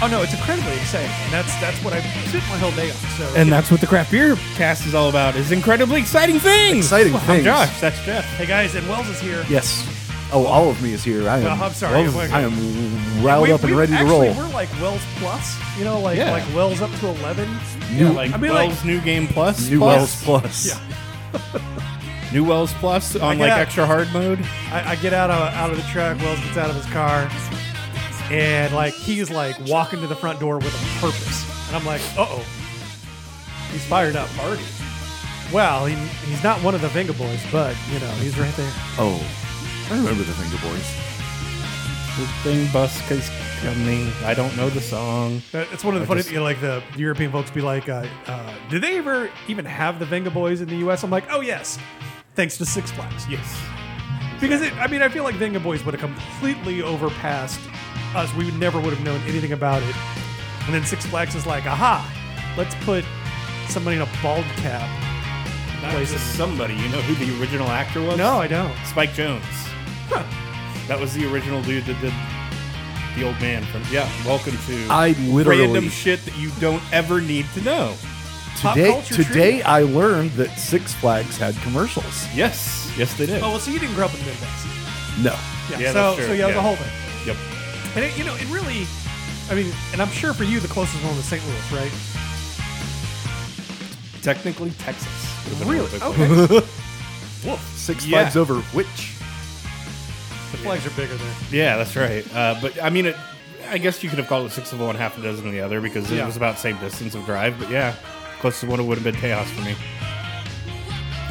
Oh no, it's incredibly exciting, and that's that's what I spent my whole day on. So And that's what the craft beer cast is all about. Is incredibly exciting things. Exciting Well, things. I'm Josh. That's Jeff. hey guys, and Wells is here. Yes. Oh, all of me is here. I am. Oh, I'm sorry. well, I am riled up and ready to actually, roll. We're like Wells plus, you know, like Yeah. like Wells up to eleven. New- like I mean, Wells like- New Game Plus. New Plus? Wells Plus. Yeah. New Wells Plus on get like out. extra hard mode. I, I get out of out of the truck. Wells gets out of his car, and like he's like walking to the front door with a purpose, and I'm like, uh oh, he's fired up already. Well, he, he's not one of the Venga Boys, but you know, he's right there. Oh, I remember the Finger Boys. This thing bus is coming. I don't know the song. Uh, It's one of the I funny, just- you know, like the European folks be like, uh, uh, "Do they ever even have the Venga Boys in the U.S.?" I'm like, "Oh yes, thanks to Six Flags." Yes. Because it, I mean, I feel like Venga Boys would have completely overpassed us. We would never would have known anything about it. And then Six Flags is like, "Aha, let's put somebody in a bald cap." Not Places. just somebody. You know who the original actor was? No, I don't. Spike Jones. That was the original dude that did the old man from. Yeah. Welcome to I literally random shit that you don't ever need to know. Pop today culture today trivia. I learned that Six Flags had commercials. Yes. Yes, they did. Oh well, so you didn't grow up in the Midwest. No. Yeah. Yeah, so that's true. so yeah, Yeah. the whole thing. Yep. And it, you know, it really, I mean, and I'm sure for you, the closest one was St. Louis, right? Technically, Texas. would've been a Really? little bit Okay. Six Yeah. Flags over which? The flags are bigger there. Yeah, that's right. Uh, but I mean, it, I guess you could have called it six of one, half a dozen of the other because Yeah. it was about the same distance of drive. But yeah, closest one would have been chaos for me.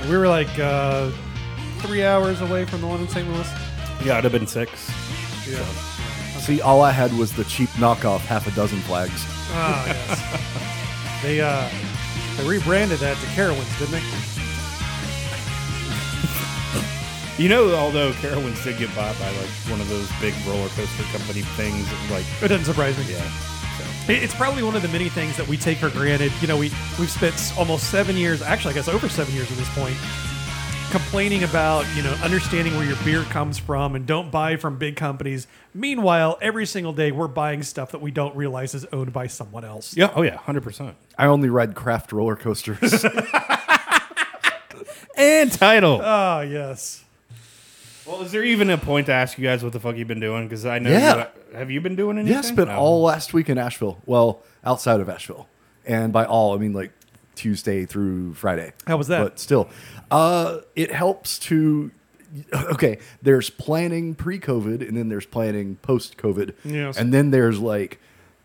We were like uh, three hours away from the one in St. Louis. Yeah, it'd have been six. Yeah. See, all I had was the cheap knockoff half a dozen flags. Ah, yes. they uh, they rebranded that to Carowinds, didn't they? You know, although Carowinds did get bought by like one of those big roller coaster company things, and, like It doesn't surprise me. yeah, It- It's probably one of the many things that we take for granted. You know, we we've spent s- almost seven years, actually, I guess over seven years at this point, complaining about you know understanding where your beer comes from and don't buy from big companies. Meanwhile, every single day we're buying stuff that we don't realize is owned by someone else. yeah, oh yeah, hundred percent. I only ride craft roller coasters. And title. Ah, yes. Uh, well, is there even a point to ask you guys what the fuck you've been doing? Because I know. Yeah. You, have you been doing anything? yeah, I spent No. all last week in Asheville. Well, outside of Asheville, and by all I mean like Tuesday through Friday. How was that? But still, uh, it helps to. Okay, there's planning pre-COVID, and then there's planning post-COVID, Yes. and then there's like,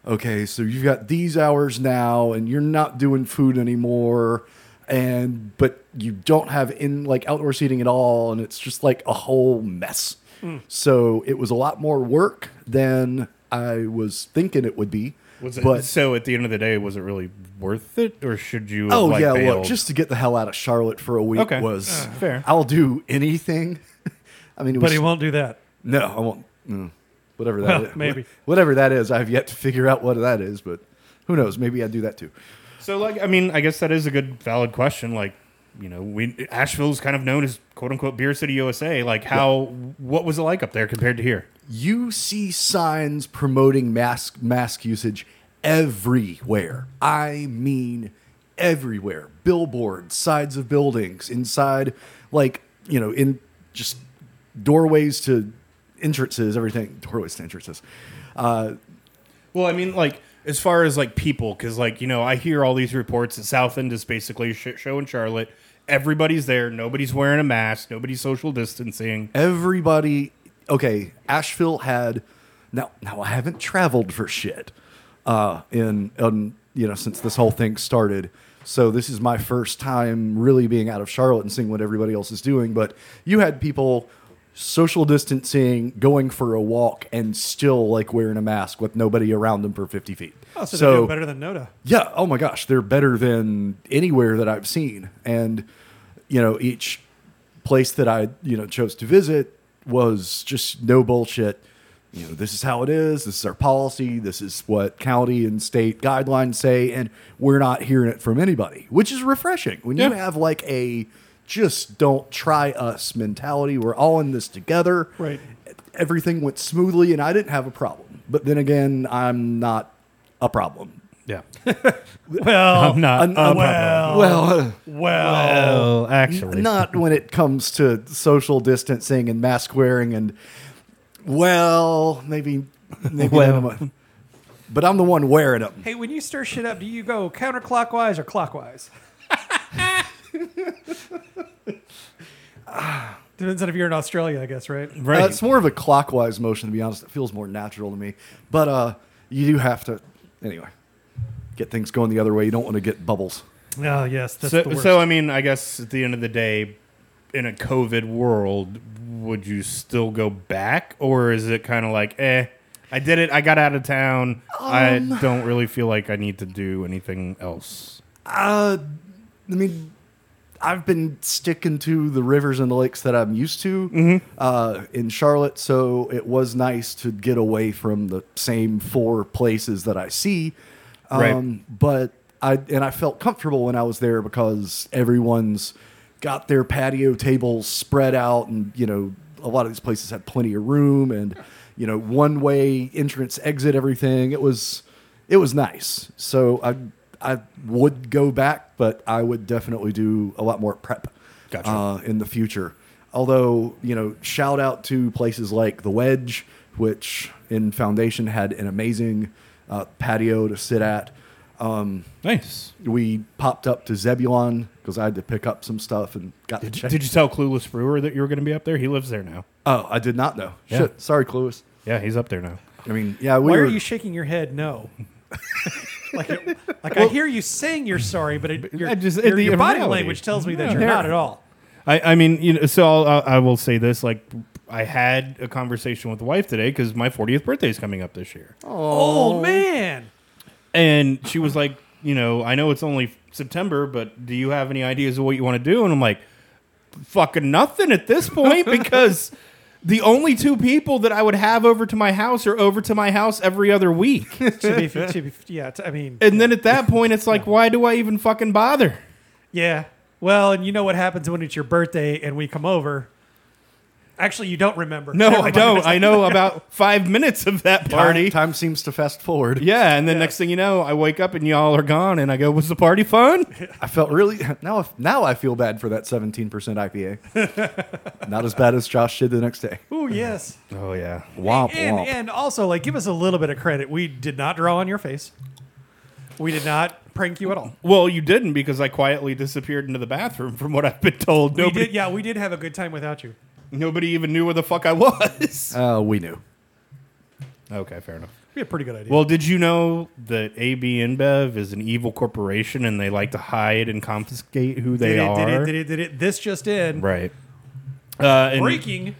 okay, so you've got these hours now, and you're not doing food anymore, and but you don't have in like outdoor seating at all, and it's just like a whole mess. Hmm. So it was a lot more work than I was thinking it would be. Was it, but so at the end of the day, was it really worth it, or should you? have, Oh like, yeah, bailed? look, just to get the hell out of Charlotte for a week Okay. was Uh, fair. I'll do anything. I mean, it was, But he won't do that. No, I won't. mm, whatever that Well, is- maybe. whatever that is, I've yet to figure out what that is. But who knows? Maybe I do that too. So, like, I mean, I guess that is a good, valid question. Like, you know, we Asheville's kind of known as "quote unquote" beer city USA. Like, how what was it like up there compared to here? You see signs promoting mask mask usage everywhere. I mean everywhere. Billboards, sides of buildings, inside like, you know, in just doorways to entrances, everything. Doorways to entrances. Uh, Well, I mean, like as far as like people, because like you know, I hear all these reports that South End is basically a shit show in Charlotte. Everybody's there. Nobody's wearing a mask. Nobody's social distancing. everybody okay asheville had now now i haven't traveled for shit uh in um you know since this whole thing started so this is my first time really being out of charlotte and seeing what everybody else is doing but you had people social distancing going for a walk and still like wearing a mask with nobody around them for 50 feet Oh, so, they're doing better than Noda. yeah. Oh my gosh, they're better than anywhere that I've seen. And you know, each place that I you know chose to visit was just no bullshit. You know, this is how it is. This is our policy. This is what county and state guidelines say, and we're not hearing it from anybody, which is refreshing. When you Yeah. have like a just don't try us mentality, we're all in this together. Right. Everything went smoothly, and I didn't have a problem. But then again, I'm not a problem. Yeah. Well, I'm not. um, an- I'm well, Well, well, well, actually. not when it comes to social distancing and mask wearing and well, maybe maybe Well. none of my- but I'm the one wearing them. Hey, when you stir shit up, do you go counterclockwise or clockwise? Depends on if you're in Australia, I guess, right? Right. Uh, it's more of a clockwise motion to be honest. It feels more natural to me. But uh you do have to anyway. Get things going the other way. You don't want to get bubbles. Oh, yes, that's the so, worst. so, I mean, I guess at the end of the day, in a COVID world, would you still go back? Or is it kind of like, eh, I did it. I got out of town. I Um. don't really feel like I need to do anything else. Uh, I mean, I've been sticking to the rivers and the lakes that I'm used to uh, in Charlotte, so it was nice to get away from the same four places that I see. Um, Right. But I and I felt comfortable when I was there because everyone's got their patio tables spread out, and you know, a lot of these places had plenty of room and you know, one way entrance, exit, everything. It was it was nice. So I I would go back, but I would definitely do a lot more prep Gotcha. uh, in the future. Although you know, shout out to places like the Wedge, which in Foundation had an amazing uh, patio to sit at. Um, Nice. we popped up to Zebulon because I had to pick up some stuff and got to check. Did you tell Clueless Brewer that you were going to be up there? He lives there now. oh, I did not know. Yeah. Shit, sorry, Clueless. Yeah, he's up there now. I mean, yeah, we Why were. are you shaking your head? No. like, it- like I hear you saying you're sorry, but it, your, I just- your, the your body reality. language tells me that No. you're not at all. I, I mean, you know, so I'll, I'll- I will say this: like, I had a conversation with the wife today because my 40th birthday is coming up this year, Oh, man. and she was like, you know, I know it's only September, but do you have any ideas of what you want to do? And I'm like, fucking nothing at this point because the only two people that I would have over to my house are over to my house every other week, To be, to be, yeah, t- I mean, and then at that point, it's like, why do I even fucking bother? yeah. Well, and you know what happens when it's your birthday and we come over. Actually, you don't remember. No, Never I mind. don't. I know about five minutes of that party. time, time seems to fast forward. Yeah, and then next thing you know, I wake up and y'all are gone, and I go, "Was the party fun?" I felt really now. if- Now I feel bad for that 17% IPA. Not as bad as Josh did the next day. Oh, yes. Oh yeah, Womp and, womp. and also, like, give us a little bit of credit. We did not draw on your face. We did not prank you at all. Well, you didn't because I quietly disappeared into the bathroom. From what I've been told, We nobody, did, yeah, we did have a good time without you. nobody even knew where the fuck I was. Uh, we knew. okay, fair enough. We had a pretty good idea. Well, did you know that AB InBev is an evil corporation and they like to hide and confiscate who they did it, are? did it, did it, did it. This just in. Right. Uh, and Breaking.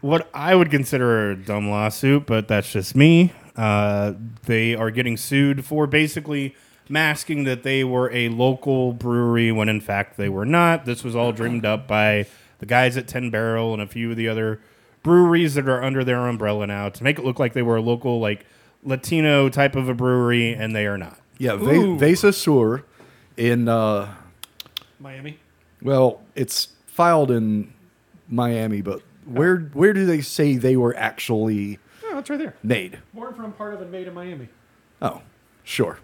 what I would consider a dumb lawsuit, but that's just me. Uh, they are getting sued for basically masking that they were a local brewery when in fact they were not. This was all dreamed up by the guys at Ten Barrel and a few of the other breweries that are under their umbrella now to make it look like they were a local like Latino type of a brewery, and they are not. Yeah, Ooh. Ve- Vesa Sur in, uh, Miami. well, it's filed in Miami, but where where do they say they were actually Oh, it's right there. made? Born from part of and made in Miami. Oh, sure.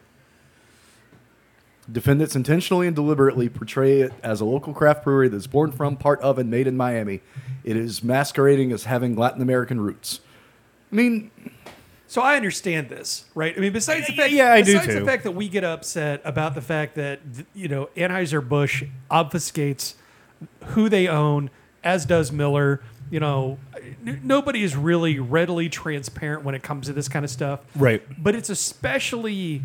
Defendants intentionally and deliberately portray it as a local craft brewery that's born from, part of, and made in Miami. It is masquerading as having Latin American roots. I mean, So I understand this, right? I mean, besides the Yeah, fact, yeah, I do besides too. the fact that we get upset about the fact that th- you know Anheuser Busch obfuscates who they own, as does Miller. You know, n- nobody is really readily transparent when it comes to this kind of stuff, Right. But it's especially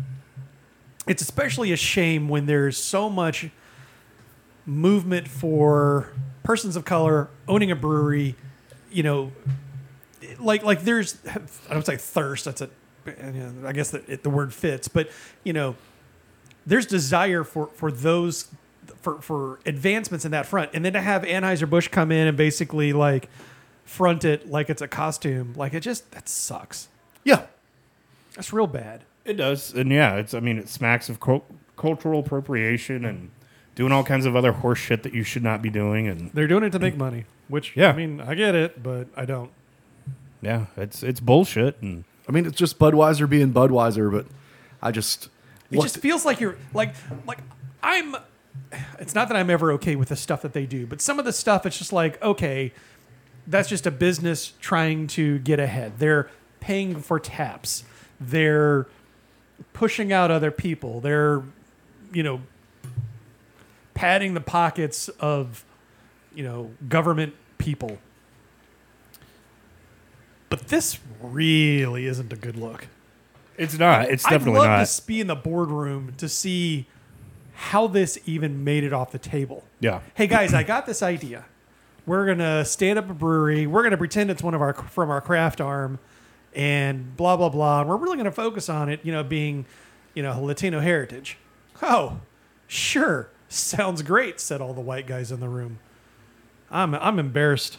it's especially a shame when there's so much movement for persons of color owning a brewery. You know, like like there's I don't say thirst. That's a I guess that it, the word fits, but you know, there's desire for for those for for advancements in that front, and then to have Anheuser Busch come in and basically like front it like it's a costume, like it just that sucks. yeah, That's real bad. It does, and yeah, it's. I mean, it smacks of cul- cultural appropriation and doing all kinds of other horse shit that you should not be doing, and They're doing it to make money, which Yeah. I mean I get it, but I don't. Yeah, it's it's bullshit. And I mean, it's just Budweiser being Budweiser, but I just It looked- just feels like you're like like I'm. It's not that I'm ever okay with the stuff that they do, but some of the stuff it's just like okay, that's just a business trying to get ahead. They're paying for taps. They're pushing out other people. They're you know padding the pockets of you know government people. But this really isn't a good look. It's not. It's definitely I'd love not. to be in the boardroom to see how this even made it off the table. Yeah. Hey guys, I got this idea. We're gonna stand up a brewery. We're gonna pretend it's one of our from our craft arm, and blah blah blah. And we're really gonna focus on it, you know, being, you know, Latino heritage. Oh, sure, sounds great," said all the white guys in the room. I'm I'm embarrassed.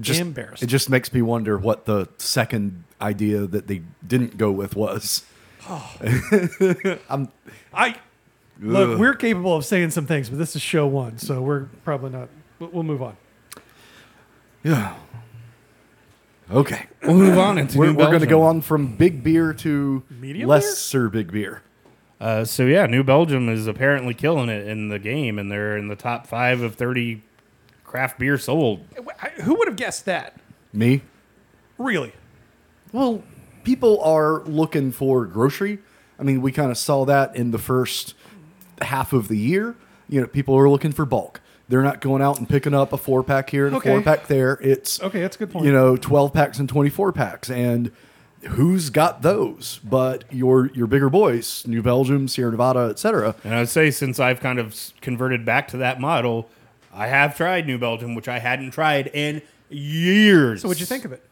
just embarrassed. It just makes me wonder what the second idea that they didn't go with was. I look, Ugh. we're capable of saying some things, but this is show one, so we're probably not. We'll we'll move on. Yeah. Okay. We'll move on into We're, New we're going to Belgium. go on from big beer to Medium lesser big beer. Uh, so yeah, New Belgium is apparently killing it in the game, and they're in the top five of thirty craft beer sold. Who would have guessed that? Me? Really? Well, people are looking for grocery. I mean, we kind of saw that in the first half of the year. You know, people are looking for bulk. They're not going out and picking up a four pack here and Okay. a four pack there. It's Okay, that's a good point. You know, twelve packs and twenty four packs, and who's got those? But your your bigger boys, New Belgium, Sierra Nevada, etc. And I'd say since I've kind of s- converted back to that model, I have tried New Belgium, which I hadn't tried in years. So what'd you think of it?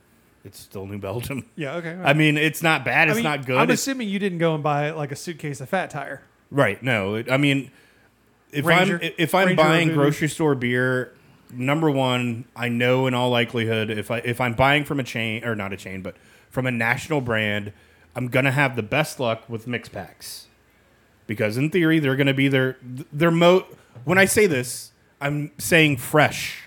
It's still New Belgium. Yeah. Okay. I mean, it's not bad. It's not good. I'm It's- assuming you didn't go and buy like a suitcase of Fat Tire. Right. No. It, I mean, if Ranger- I'm if I'm Ranger buying Raboon. grocery store beer, number one, I know in all likelihood if I if I'm buying from a chain or not a chain, but from a national brand, I'm gonna have the best luck with mix packs because in theory they're gonna be their their mo. When I say this, I'm saying fresh.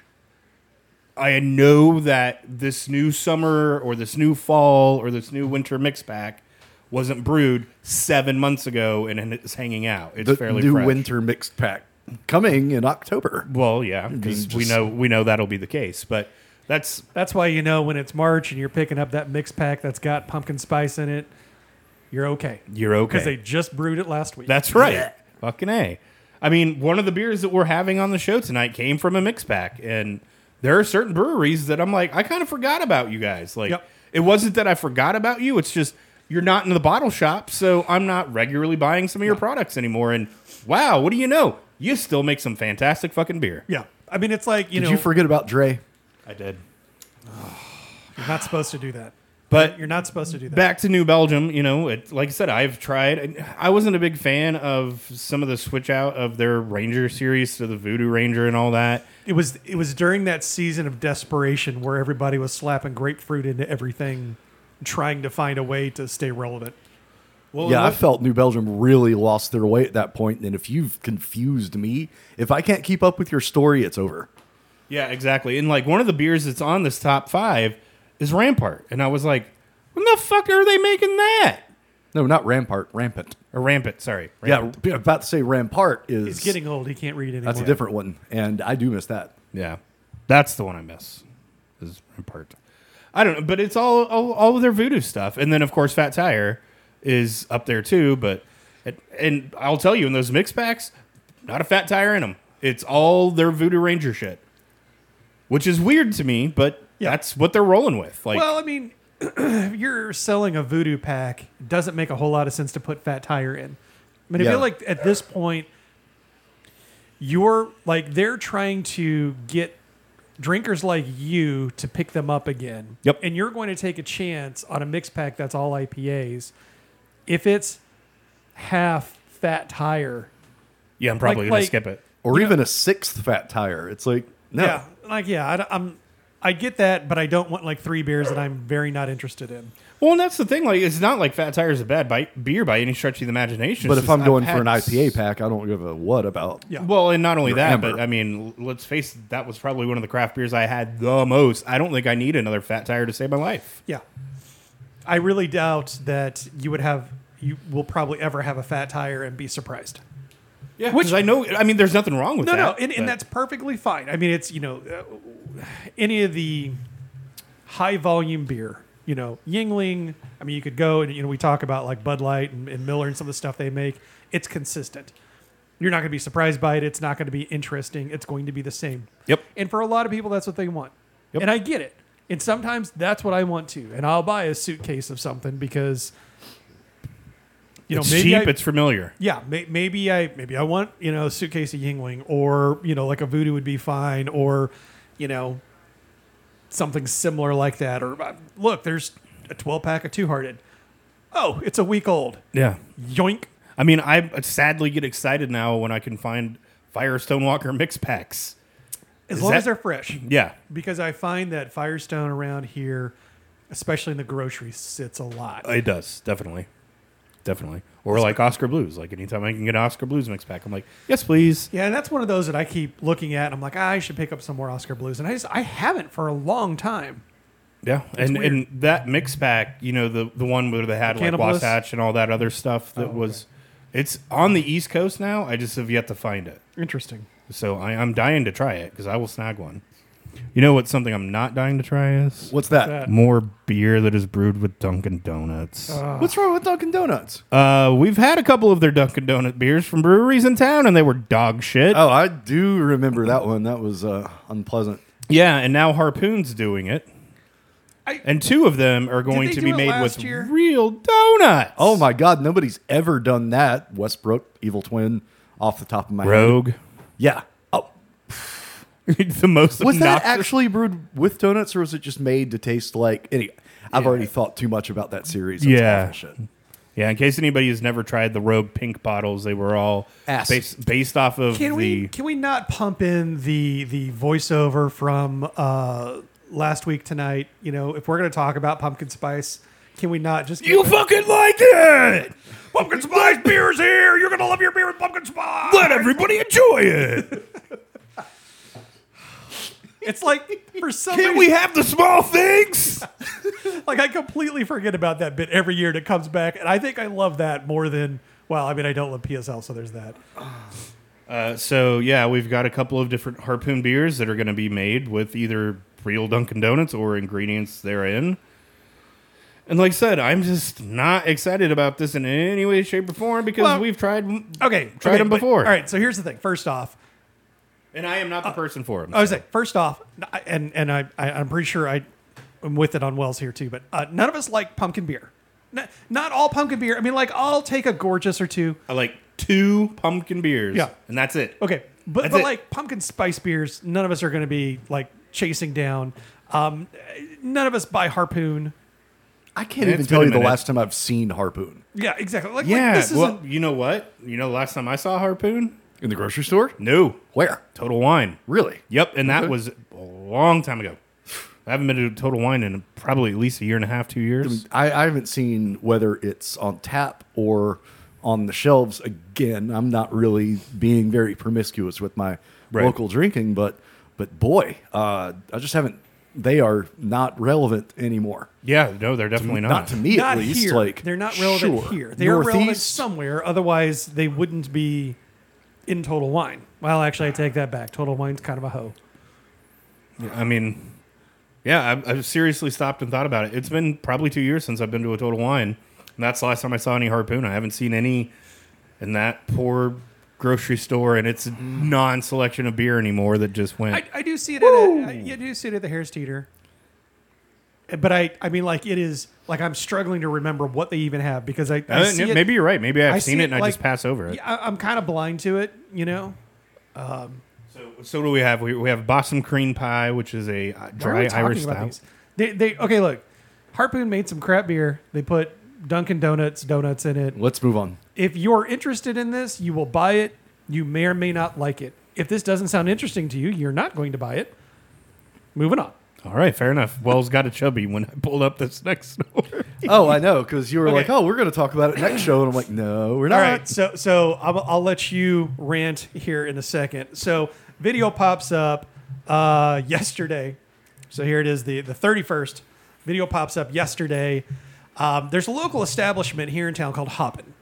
I know that this new summer or this new fall or this new winter mix pack wasn't brewed seven months ago and it's hanging out. It's The fairly new fresh. winter mixed pack coming in October. Well, yeah, because Just- we know we know that'll be the case. But that's That's why you know when it's March and you're picking up that mix pack that's got pumpkin spice in it, you're okay you're okay. because they just brewed it last week. that's right. Fucking a. I mean, one of the beers that we're having on the show tonight came from a mix pack, and there are certain breweries that I'm like, I kind of forgot about you guys. Like, Yep. it wasn't that I forgot about you. It's just you're not in the bottle shop, so I'm not regularly buying some of your products anymore. And wow, what do you know? You still make some fantastic fucking beer. yeah. I mean, it's like you Did know you forget about Dre? I did. you're not supposed to do that. But You're not supposed to do that. back to New Belgium, you know, it, like I said, I've tried. and I wasn't a big fan of some of the switch out of their Ranger series to the Voodoo Ranger and all that. It was it was during that season of desperation where everybody was slapping grapefruit into everything, trying to find a way to stay relevant. Well, Yeah, I felt New Belgium really lost their way at that point. And if you've confused me, if I can't keep up with your story, it's over. yeah, exactly. And like one of the beers that's on this top five is Rampart, and I was like, when the fuck are they making that? No, not Rampart, Rampant. Or Rampant, sorry. Yeah, Rampant. b- about to say Rampart is He's getting old; he can't read anymore. that's a different one, and I do miss that. yeah, that's the one I miss. Is Rampart. I don't know, but it's all, all all of their voodoo stuff, and then of course Fat Tire is up there too. But it, and I'll tell you, in those mix packs, not a Fat Tire in them. It's all their Voodoo Ranger shit, which is weird to me, but Yeah. that's what they're rolling with. Like, Well, I mean, if you're selling a voodoo pack, it doesn't make a whole lot of sense to put fat tire in. I mean, I Yeah. feel like at this point, you're like they're trying to get drinkers like you to pick them up again. Yep. And you're going to take a chance on a mix pack that's all IPAs. If it's half fat tire, yeah, I'm probably like- gonna like- skip it. Or even a sixth fat tire. It's like no, yeah, like yeah, I, am I get that, but I don't want like three beers that I'm very not interested in. Well, and that's the thing. Like, it's not like Fat Tire is a bad bi- beer by any stretch of the imagination. but It's if just I'm I've going for had an IPA pack, I don't give a what about. Yeah. Well, and not only Or that, amber. but I mean, l- let's face it, that was probably one of the craft beers I had the most. I don't think I need another fat tire to save my life. Yeah. I really doubt that you would have you will probably ever have a fat tire and be surprised. Yeah, which I know. I mean, there's nothing wrong with No, that. no, and, but- and that's perfectly fine. I mean, it's you know, uh, any of the high volume beer, you know, Yingling. I mean, you could go and you know we talk about like Bud Light and, and Miller and some of the stuff they make. It's consistent. You're not going to be surprised by it. It's not going to be interesting. It's going to be the same. Yep. And for a lot of people, that's what they want. Yep. And I get it. And sometimes that's what I want too. And I'll buy a suitcase of something because you know it's maybe cheap. I- it's familiar. yeah, may, maybe I maybe I want you know a suitcase of Yingling or you know like a Voodoo would be fine or you know something similar like that or uh, look there's a 12 pack of Two Hearted. Oh, it's a week old. Yeah. Yoink. I mean, I sadly get excited now when I can find Firestone Walker mix packs. As Is long as that- they're fresh, Yeah. because I find that Firestone around here, especially in the grocery, sits a lot. It does, definitely. Definitely. Or like Oscar Blues. Like anytime I can get an Oscar Blues mix pack, I'm like, yes, please. Yeah, and that's one of those that I keep looking at. And I'm like, "Ah, I should pick up some more Oscar Blues, and I just I haven't for a long time. Yeah. And weird. and that mix pack, you know, the the one where they had like Cannibalists? Wasatch and all that other stuff Oh, that was it's on the East Coast now. I just have yet to find it. Interesting. So I, I'm dying to try it because I will snag one. You know what? Something I'm not dying to try is What's that? That- more beer that is brewed with Dunkin' Donuts. Uh, What's wrong with Dunkin' Donuts? Uh, we've had a couple of their Dunkin' Donut beers from breweries in town, and they were dog shit. Oh, I do remember that one. That was uh, unpleasant. Yeah, and now Harpoon's doing it. I- and two of them are going they to do be it made last with year? real donuts. Oh my God, nobody's ever done that. Westbrook, Evil Twin, off the top of my head. Rogue. Yeah. Oh, the most was that obnoxious- actually brewed with donuts, or was it just made to taste like? Any, I've already thought too much about that series. That's Yeah. awful shit. Yeah, in case anybody has never tried the Rogue pink bottles, they were all Ass. based, based off of Can the we can we not pump in the the voiceover from uh, last week tonight? You know, if we're going to talk about pumpkin spice, can we not just You fucking like it! pumpkin spice beer's here? You're going to love your beer with pumpkin spice. Let everybody enjoy it! It's like for some reason, Can't we have the small things? like I completely forget about that bit every year. And it comes back, and I think I love that more than well. I mean, I don't love PSL, so there's that. Uh, so yeah, we've got a couple of different harpoon beers that are going to be made with either real Dunkin' Donuts or ingredients therein. And like I said, I'm just not excited about this in any way, shape, or form because Well, we've tried. Okay, Tried okay, them but- before. all right, so here's the thing. First off, and I am not the Uh, person for them. I was like, first off, I- and and I, I I'm pretty sure I am with it on Wells here too, but uh, none of us like pumpkin beer. Not, not all pumpkin beer. I mean, like I'll take a gorgeous or two. I like two pumpkin beers. Yeah. and that's it. Okay, but That's but it. like pumpkin spice beers, none of us are going to be like chasing down. Um, none of us buy harpoon. I can't Yeah, even it's tell been a you the minute. last time I've seen Harpoon Yeah, exactly. Like, like, Yeah. this isn't. well, you know what? You know, the last time I saw harpoon, in the grocery store. no Where? Total Wine. Really? Yep, and that Okay. was a long time ago. I haven't been to Total Wine in probably at least a year and a half, two years. I, I haven't seen whether it's on tap or on the shelves. Again, I'm not really being very promiscuous with my Right. local drinking, but but boy, uh, I just haven't. They are not relevant anymore. Yeah, no, they're definitely not. Not, to me, not at least. here. Like they're not relevant sure. here. They are relevant Northeast? somewhere. Otherwise, they wouldn't be in Total Wine. Well, actually, I take that back. Total Wine's kind of a hoe. I mean, yeah, I, I've seriously stopped and thought about it. It's been probably two years since I've been to a Total Wine, and that's the last time I saw any harpoon. I haven't seen any in that poor grocery store and its non-selection of beer anymore that just went. Mm. I, I do see it. At a, I, I do see it at the Harris Teeter. Eh, But I, I mean, like it is like I'm struggling to remember what they even have because I, I Uh, see it- maybe you're right. Maybe I've I seen see it it and I like- just pass over it. Yeah, I, am kind of blind to it, you know. So, so what do we have? We, we have Boston cream pie, which is a uh, Why are we dry talking Irish about style. these? They, they okay. Look, Harpoon made some crap beer. They put Dunkin' Donuts donuts in it. Let's move on. If you're interested in this, you will buy it. You may or may not like it. If this doesn't sound interesting to you, you're not going to buy it. Moving on. All right, fair enough. Wells got a chubby when I pulled up this next door. Oh, I know, because you were Okay. like, "Oh, we're going to talk about it next show," and I'm like, "No, we're not." All right, so so I'll, I'll let you rant here in a second. So video pops up uh, yesterday. So here it is, the the thirty first. Video pops up yesterday Um, there's a local establishment here in town called Hoppin,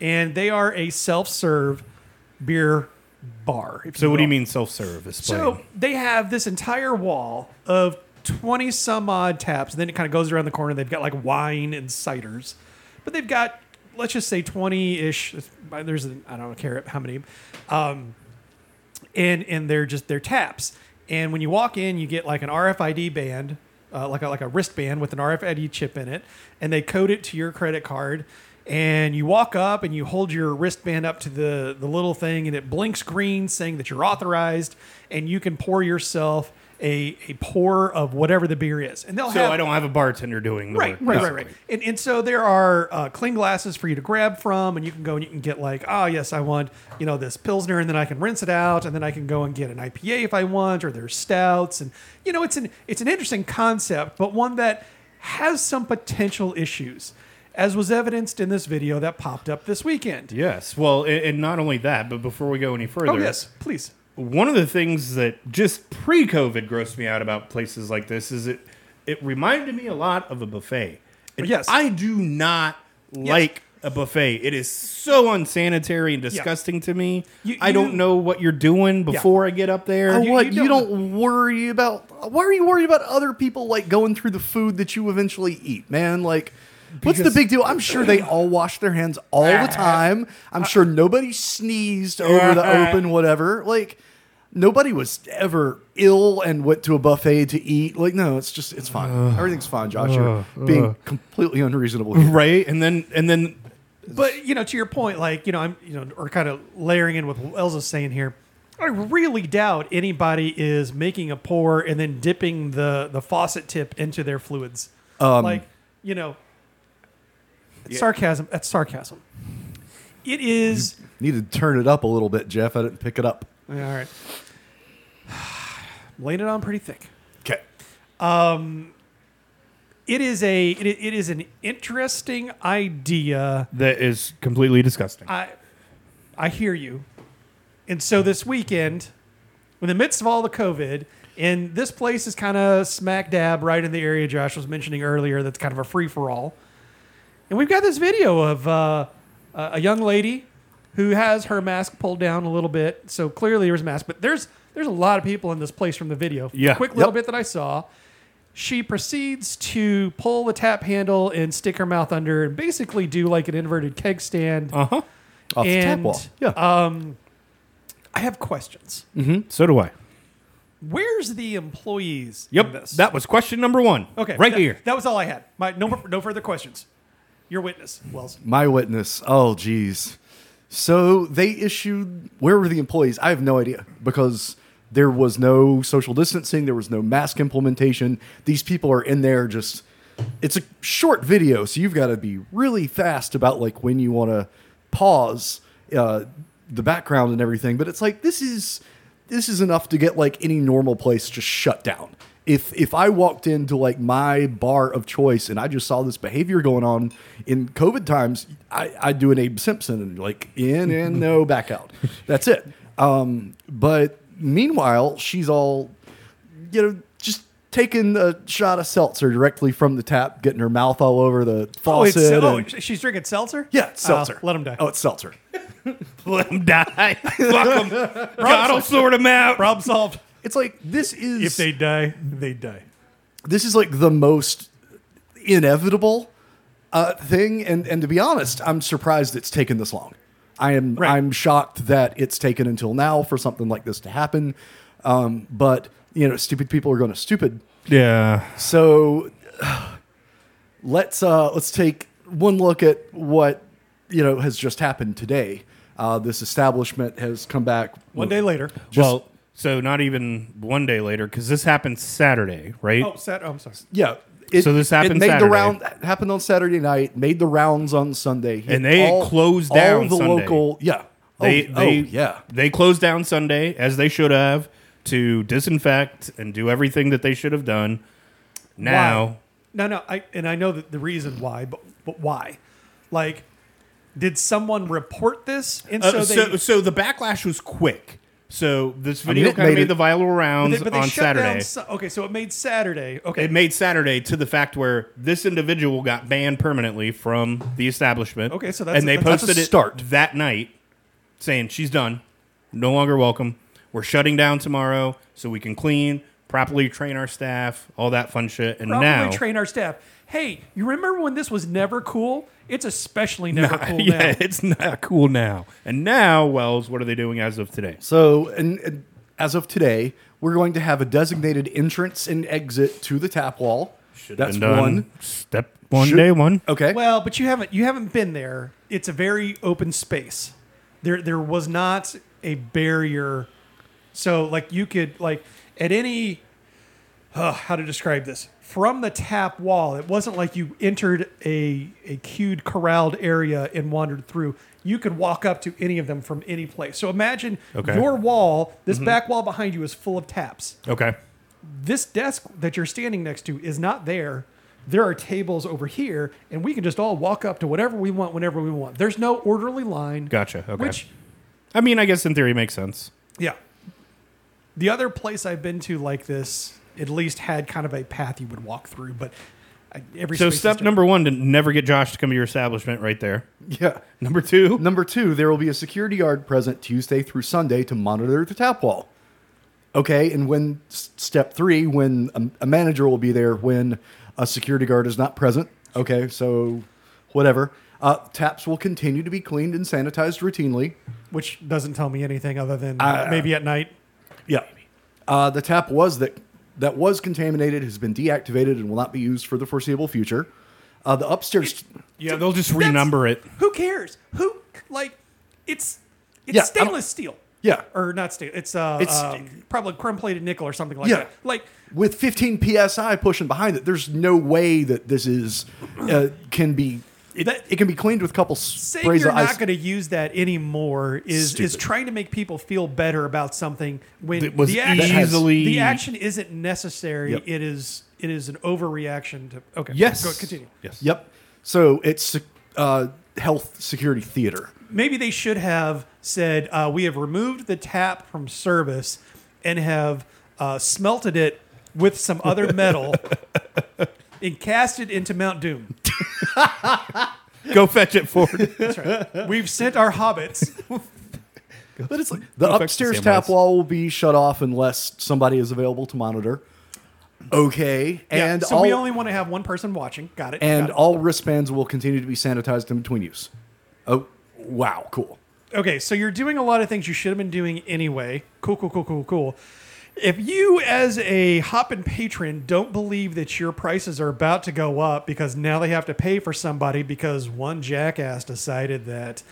and they are a self-serve beer bar. if So what do you will. mean self-service? So they have this entire wall of 20 some odd taps. And then it kind of goes around the corner. They've got like wine and ciders. But they've got, let's just say 20 ish. There's, an, I don't care how many. Um, and, and they're just, they're taps. And when you walk in, you get like an RFID band, uh, like, a, like a wristband with an RFID chip in it. And they code it to your credit card. And you walk up and you hold your wristband up to the, the little thing, and it blinks green saying that you're authorized, and you can pour yourself a, a pour of whatever the beer is. And they'll so have, I don't have a bartender doing the Right, work. right, right, right. And, and so there are uh, cling glasses for you to grab from, and you can go and you can get like, oh yes, I want you know this pilsner, and then I can rinse it out, and then I can go and get an IPA if I want, or there's stouts, and you know it's an it's an interesting concept, but one that has some potential issues, as was evidenced in this video that popped up this weekend. Yes. Well, and, and not only that, but before we go any further, Oh yes, please. one of the things that just pre-COVID grossed me out about places like this is it it reminded me a lot of a buffet. And Yes. I do not like a buffet. It is so unsanitary and disgusting to me. You- I don't you- know what you're doing before I get up there. Oh, you- what? you You, don't- don't, worry about. Why are you worried about other people like going through the food that you eventually eat, man? Like, what's the Because- big deal? I'm sure they all wash their hands all the time. I'm sure nobody sneezed over the open whatever. Like, nobody was ever ill and went to a buffet to eat. Like, no, it's just it's fine. Everything's fine, Josh. You're being completely unreasonable. Here. Right? And then and then But you know, to your point, like you know, I'm you know, or kind of layering in with what Elsa's saying here. I really doubt anybody is making a pour and then dipping the the faucet tip into their fluids. like you know, sarcasm. That's sarcasm. It is. Need to turn it up a little bit, Jeff. I didn't pick it up. All right, laying it on pretty thick. Okay. It is a it, it is an interesting idea. that is completely disgusting. I I hear you. And so this weekend, in the midst of all the COVID, and this place is kind of smack dab right in the area Josh was mentioning earlier. That's kind of a free for all. And we've got this video of uh, a a young lady who has her mask pulled down a little bit. So clearly there's a mask, but there's there's a lot of people in this place from the video. Yeah. Quick little Yep. bit that I saw. She proceeds to pull the tap handle and stick her mouth under and basically do like an inverted keg stand. Uh-huh. Off the tap And, wall. Yeah. I have questions. So do I. Where's the employees? in Yep. this? That was question number 1. okay. Right that- here. That was all I had. My no no further questions. Your witness, Wells. My witness. Oh, geez. So they issued. Where were the employees? I have no idea because there was no social distancing. There was no mask implementation. These people are in there just. It's a short video, so you've got to be really fast about like when you want to pause uh, the background and everything. But it's like this is this is enough to get like any normal place just shut down. If if I walked into like my bar of choice and I just saw this behavior going on in COVID times, I I do an Abe Simpson and like in and no back out. That's it. Um, but meanwhile, she's all you know just taking a shot of seltzer directly from the tap, getting her mouth all over the faucet. oh, and- sh- she's drinking seltzer. yeah, it's Uh, seltzer. let him die. Oh, it's seltzer. Let him die. Fuck him. God will sort him out. Problem solved. It's like this is If they die, they die. this is like the most inevitable uh, thing, and and to be honest, I'm surprised it's taken this long. I am Right. I'm shocked that it's taken until now for something like this to happen. Um, but you know, stupid people are going to stupid. Yeah. So let's uh, let's take one look at what you know has just happened today. Uh, this establishment has come back One day later. well, so not even one day later, because this happened Saturday, right? Oh, sat. Oh, I'm sorry. Yeah. It, So this happened It made Saturday. the round happened on Saturday night. Made the rounds on Sunday, Hit And they closed down all the Sunday. local. Yeah, They, oh, oh, they, yeah. They closed down Sunday as they should have to disinfect and do everything that they should have done. Now, Why? No, no. I and I know that the reason why, but but why? Like, did someone report this? And Uh, so so, they. so the backlash was quick. So this video it kind of made made it- the viral But rounds they- but they on shut Saturday. down Su- okay, so it made Saturday. Okay, it made Saturday to the fact where this individual got banned permanently from the establishment. Okay, so that's- and they that's- posted that's a it start. that night, saying she's done, no longer welcome. We're shutting down tomorrow so we can clean, properly train our staff, all that fun shit. And properly now, train our staff. Hey, you remember when this was never cool? It's especially never cool yeah, now. it's not cool now. And now, Wells, what are they doing as of today? So, and, and as of today, we're going to have a designated entrance and exit to the tap wall. That's And done one. step one Should- day one. Okay. Well, but you haven't you haven't been there. It's a very open space. There there was not a barrier. So like you could like at any uh, how to describe this from the tap wall. It wasn't like you entered a a queued corralled area and wandered through. You could walk up to any of them from any place. So imagine Okay. Mm-hmm. your wall, this back wall behind you is full of taps Okay. this desk that you're standing next to is not there. There are tables over here, and we can just all walk up to whatever we want whenever we want. There's no orderly line. Gotcha. Okay. Which, I mean, I guess in theory it makes sense. yeah. The other place I've been to like this at least had kind of a path you would walk through, but I- every So space is step different. number one to never get Josh to come to your establishment right there. yeah. Number two, Number two, there will be a security guard present Tuesday through Sunday to monitor the tap wall. Okay, and when s- step three, when a, a manager will be there when a security guard is not present. Okay, so whatever. Uh, taps will continue to be cleaned and sanitized routinely. which doesn't tell me anything other than Uh, I- maybe at night. Yeah. Uh, the tap was that that was contaminated has been deactivated and will not be used for the foreseeable future. Uh, the upstairs. yeah, they'll just That's- renumber it. Who cares? Who like? It's it's Yeah, I don't- stainless steel. Yeah. or not steel. It's uh, It's- um, probably chrome plated nickel or something like Yeah. that. Like with 15 psi pushing behind it, there's no way that this is uh, can be. It, That- it can be cleaned with a couple saying sprays you're of ice. not going to use that anymore is is Stupid. trying to make people feel better about something when It was the action easily- the action isn't necessary. Yep. It is it is an overreaction to okay. Yes. go continue. Yes. Yep. So it's uh, health security theater. Maybe they should have said uh, we have removed the tap from service and have uh, smelted it with some other metal and cast it into Mount Doom. Go fetch it forward. We've sent our hobbits. But it's like the affects the upstairs same tap lights. wall will be shut off unless somebody is available to monitor. Okay, Yeah, and so all we only want to have one person watching. Got it. and got it. all wristbands will continue to be sanitized in between use. Oh, wow, cool. okay, so you're doing a lot of things you should have been doing anyway. Cool, cool, cool, cool, cool. If you, as a Hoppin patron, don't believe that your prices are about to go up because now they have to pay for somebody because one jackass decided that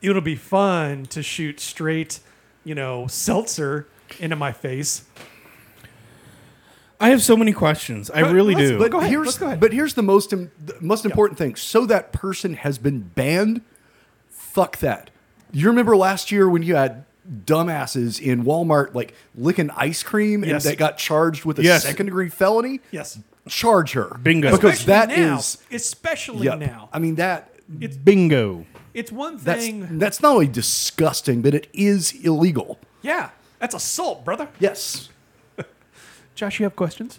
it'll be fun to shoot straight, you know, seltzer into my face. I have so many questions. I But really let's- do. but go ahead, Here's, let's go ahead. But here's the most im- the most important thing. So that person has been banned. Fuck that. You remember last year when you had dumbasses in Walmart like licking ice cream Yes. and that got charged with a Yes. second degree felony? Yes. Charge her. Bingo. Because Especially that is now, especially yep. now. I mean that Bingo. It's one that's thing. that's not only disgusting, but it is illegal. yeah, that's assault, brother. Yes. Josh, you have questions?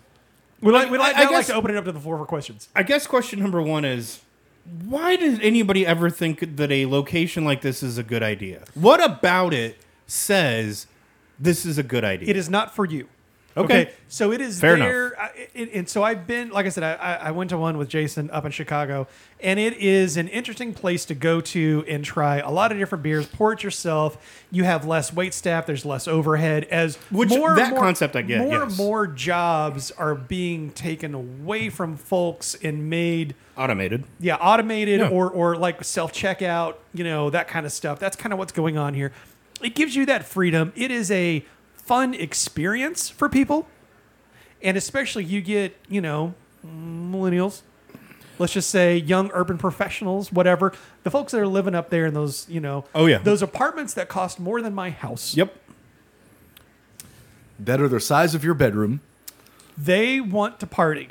We'd like, we'd like, I- I now like guess- to open it up to the floor for questions. I guess question number one is why did anybody ever think that a location like this is a good idea? What about it says this is a good idea? It is not for you. Okay. So it is Fair enough. there. I, it, and so I've been, like I said, I, I I went to one with Jason up in Chicago, and it is an interesting place to go to and try a lot of different beers. Pour it yourself. You have less wait staff. There's less overhead. As Which- more that more- concept I get, More and yes. more jobs are being taken away from folks and made. automated. yeah, automated Yeah. or or like self checkout, you know, that kind of stuff. That's kind of what's going on here. It gives you that freedom. It is a fun experience for people, and especially you get you know millennials. Let's just say young urban professionals, whatever the folks that are living up there in those you know Oh, yeah. those apartments that cost more than my house. Yep. That are the size of your bedroom. they want to party.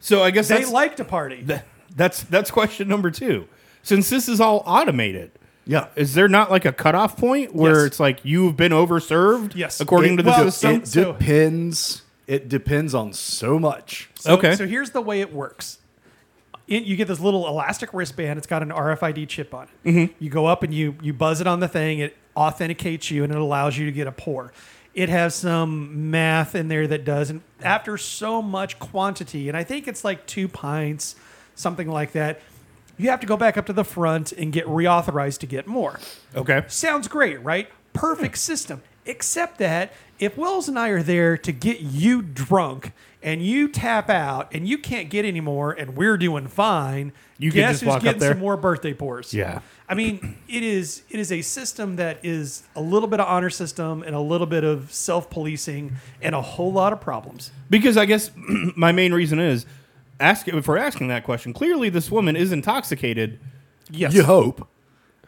So I guess They that's like to party. Th- that's that's question number two. Since this is all automated, Yeah. Is there not like a cutoff point where Yes. it's like you've been overserved? Yes. According It- to the well, system. it so- depends. It depends on so much. So, Okay. So here's the way it works. It- you get this little elastic wristband. It's got an RFID chip on it. You go up and you you buzz it on the thing. It authenticates you and it allows you to get a pour. It has some math in there that does. And after so much quantity, and I think it's like two pints, something like that, you have to go back up to the front and get reauthorized to get more. okay. Sounds great, right? Hmm. Perfect system. Except that if Wells and I are there to get you drunk and you tap out and you can't get any more and we're doing fine, You can guess just who's walk up getting there. some more birthday pours? Yeah. I mean, it is it is a system that is a little bit of honor system and a little bit of self policing and a whole lot of problems. Because I guess my main reason is ask for asking that question. Clearly, this woman is intoxicated. Yes. You hope.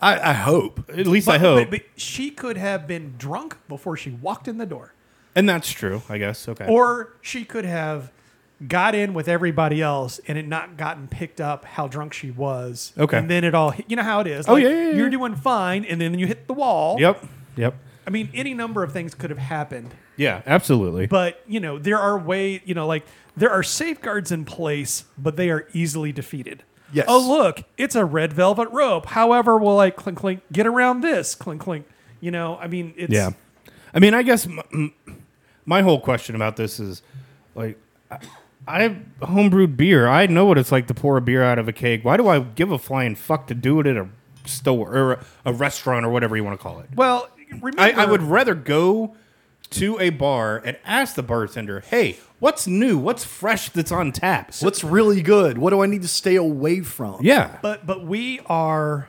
I, I hope. At least I But- But, hope, but she could have been drunk before she walked in the door. and that's true. I guess. Okay. Or she could have got in with everybody else and it not gotten picked up how drunk she was. Okay. And then it all, hit- you know how it is. Oh, yeah, yeah, yeah. You're doing fine and then you hit the wall. yep. Yep. I mean, any number of things could have happened. Yeah. Absolutely. But, you know, there are way, you know, like there are safeguards in place, but they are easily defeated. Yes. Oh, look, it's a red velvet rope. However, we'll like clink, clink, get around this, clink, clink. You know, I mean, it's. Yeah. I mean, I guess my, my whole question about this is like, I, I homebrewed beer. I know what it's like to pour a beer out of a keg. Why do I give a flying fuck to do it at a store or a, a restaurant or whatever you want to call it? Well, remember. I, I would rather go to a bar and ask the bartender, hey, what's new? What's fresh that's on tap? What's really good? What do I need to stay away from? yeah. But but we are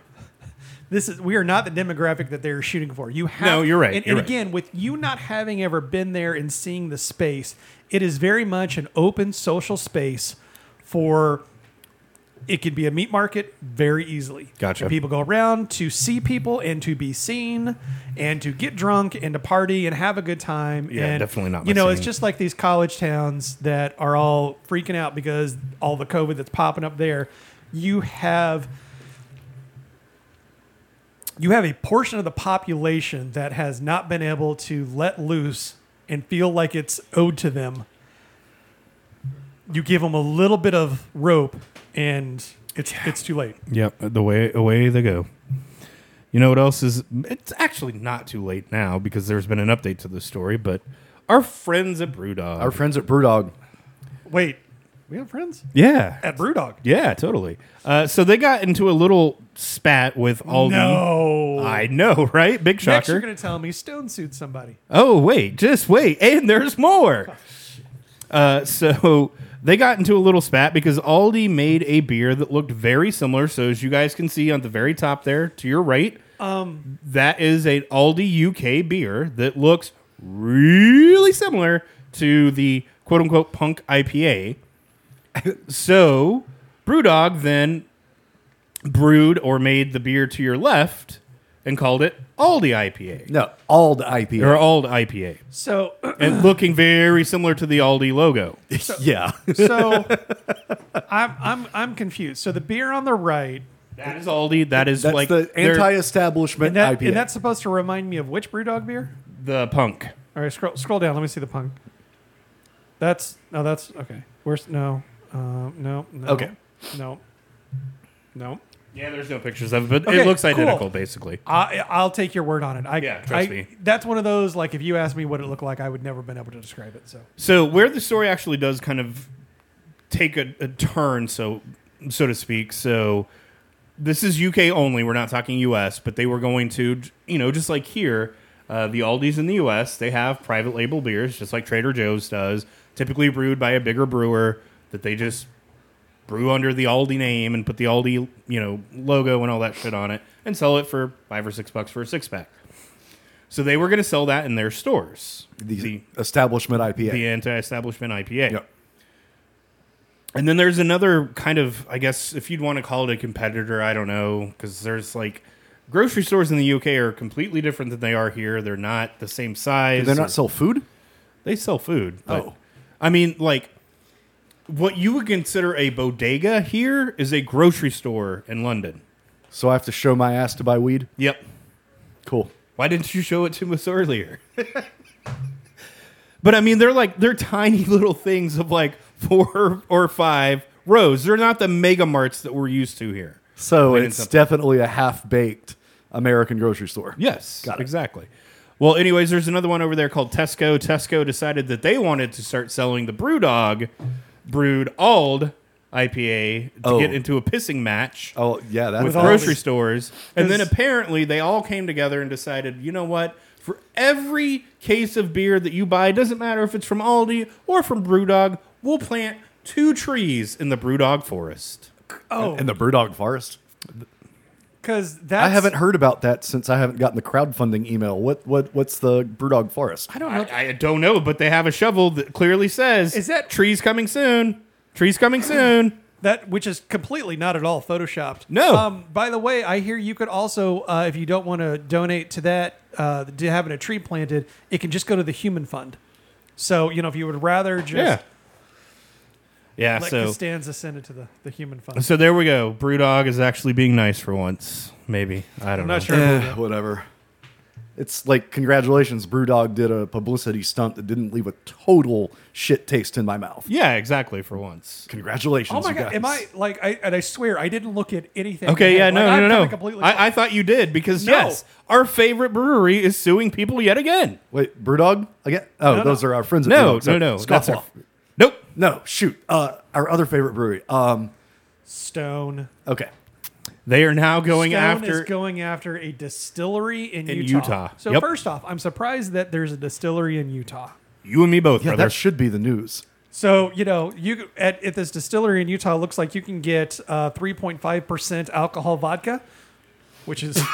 this is we are not the demographic that they're shooting for. You have No, you're right, And, you're and right. again, with you not having ever been there and seeing the space, it is very much an open social space for it could be a meat market very easily. Gotcha. And people go around to see people and to be seen and to get drunk and to party and have a good time. Yeah, and, definitely not my You know, it's scene. just like these college towns that are all freaking out because all the COVID that's popping up there. You have you have a portion of the population that has not been able to let loose and feel like it's owed to them. You give them a little bit of rope, and it's it's too late. Yep, the way away they go. You know what else is? It's actually not too late now because there's been an update to the story. But our friends at BrewDog, Our friends at BrewDog. Wait, we have friends yeah, at BrewDog. yeah, totally. Uh, so they got into a little spat with Aldi. No, I know, right? Big next you're shocker. gonna tell me Stone sued somebody. Oh wait, just wait, and there's more. Uh, so they got into a little spat because Aldi made a beer that looked very similar. So as you guys can see on the very top there, to your right, um, that is a Aldi UK beer that looks really similar to the quote unquote punk IPA. so BrewDog then brewed or made the beer to your left and called it Aldi IPA No, all the IPA. or Ald IPA, So and looking very similar to the Aldi logo. yeah. so I'm I'm I'm confused. So the beer on the right. That is Aldi. That is That's like the their- anti-establishment And, that, IPA. and that's supposed to remind me of which BrewDog beer? the punk. All right, scroll scroll down. Let me see the punk. That's no, that's okay. Where's no, um, no, no, Okay. no, no. Yeah, there's no pictures of it, but Okay, it looks identical cool. basically. I I'll take your word on it. I, Yeah, trust I- me. That's one of those like if you asked me what it looked like, I would never been able to describe it. So So where the story actually does kind of take a, a turn, so so to speak. So this is UK only. We're not talking US, but they were going to, you know, just like here, uh, the Aldis in the US, they have private label beers, just like Trader Joe's does, typically brewed by a bigger brewer that they just brew under the Aldi name and put the Aldi, you know, logo and all that shit on it and sell it for five or six bucks for a six pack. So they were going to sell that in their stores. the, The- establishment IPA. the anti-establishment IPA. Yep. And then there's another kind of, I guess, if you'd want to call it a competitor, I don't know, because there's like grocery stores in the UK are completely different than they are here. They're not the same size. They're or- not sell food. They sell food. But, Oh. I mean, like what you would consider a bodega here is a grocery store in London. So I have to show my ass to buy weed. Yep. Cool. Why didn't you show it to us earlier? but I mean, they're like they're tiny little things of like four or five rows. They're not the mega marts that we're used to here. So Waiting it's something. definitely a half baked American grocery store. Yes, Got it. exactly. Well, anyways, there's another one over there called Tesco. Tesco decided that they wanted to start selling the BrewDog brewed Ald IPA to Oh. get into a pissing match. Oh yeah, that's with all grocery these- stores. And then Because- apparently they all came together and decided, you know what? For every case of beer that you buy, doesn't matter if it's from Aldi or from BrewDog, we'll plant two trees in the BrewDog forest. Oh, and the Brewdog Forest. because that's I haven't heard about that since I haven't gotten the crowdfunding email. What what what's the Brewdog Forest? I don't know. I, I don't know, but they have a shovel that clearly says, Is that- trees coming soon? Trees coming soon." That which is completely not at all photoshopped. No. Um, by the way, I hear you could also, uh, if you don't want to donate to that, uh, to having a tree planted, it can just go to the human fund. So you know, if you would rather just Yeah. Yeah, let so Costanza send it to the, the human fund. so there we go. BrewDog is actually being nice for once, maybe. I don't I'm know. not sure. Eh, whatever. It's like congratulations, Brewdog did a publicity stunt that didn't leave a total shit taste in my mouth. Yeah, exactly for once. Congratulations, Oh my you god! guys. Am I like? I and I swear I didn't look at anything. Okay, yeah, Like, no, I'm no, coming no. Completely. I, I thought you did because No. yes, our favorite brewery is suing people yet again. Wait, Brewdog again? Oh, no. those are our friends. At No, Brewdog. no, So- no. scoff That's our, off. nope. no, shoot. Uh, our other favorite brewery. Um, Stone. okay. They are now going Stone after. is going after a distillery in, In Utah. Utah. So Yep. first off, I'm surprised that there's a distillery in Utah. you and me both, Yeah, brother. that should be the news. So you know, you at, at this distillery in Utah it looks like you can get uh, 3.5 percent alcohol vodka, which is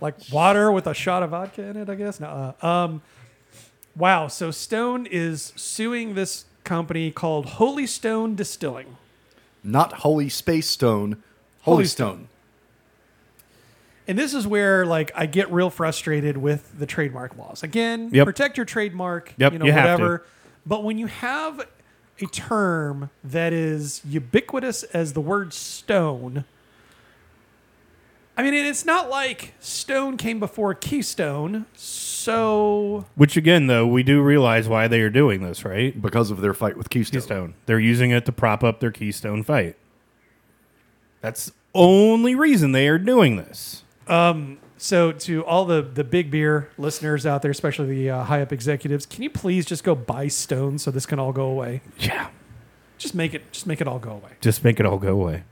like water with a shot of vodka in it, I guess. No, uh, um, wow. So Stone is suing this company called Holy Stone Distilling. Not Holy Space Stone, Holy, Holy Stone. And this is where like I get real frustrated with the trademark laws. Again, Yep. protect your trademark, Yep, you know, you have to. whatever. But when you have a term that is ubiquitous as the word stone, I mean, and it's not like stone came before keystone. So Which again, though, we do realize why they are doing this, right? Because of their fight with Keystone. Keystone. They're using it to prop up their Keystone fight. That's the only reason they are doing this. So to all the the big beer listeners out there, especially the uh, high up executives, can you please just go buy stone so this can all go away? Yeah. Just make it just make it all go away. just make it all go away.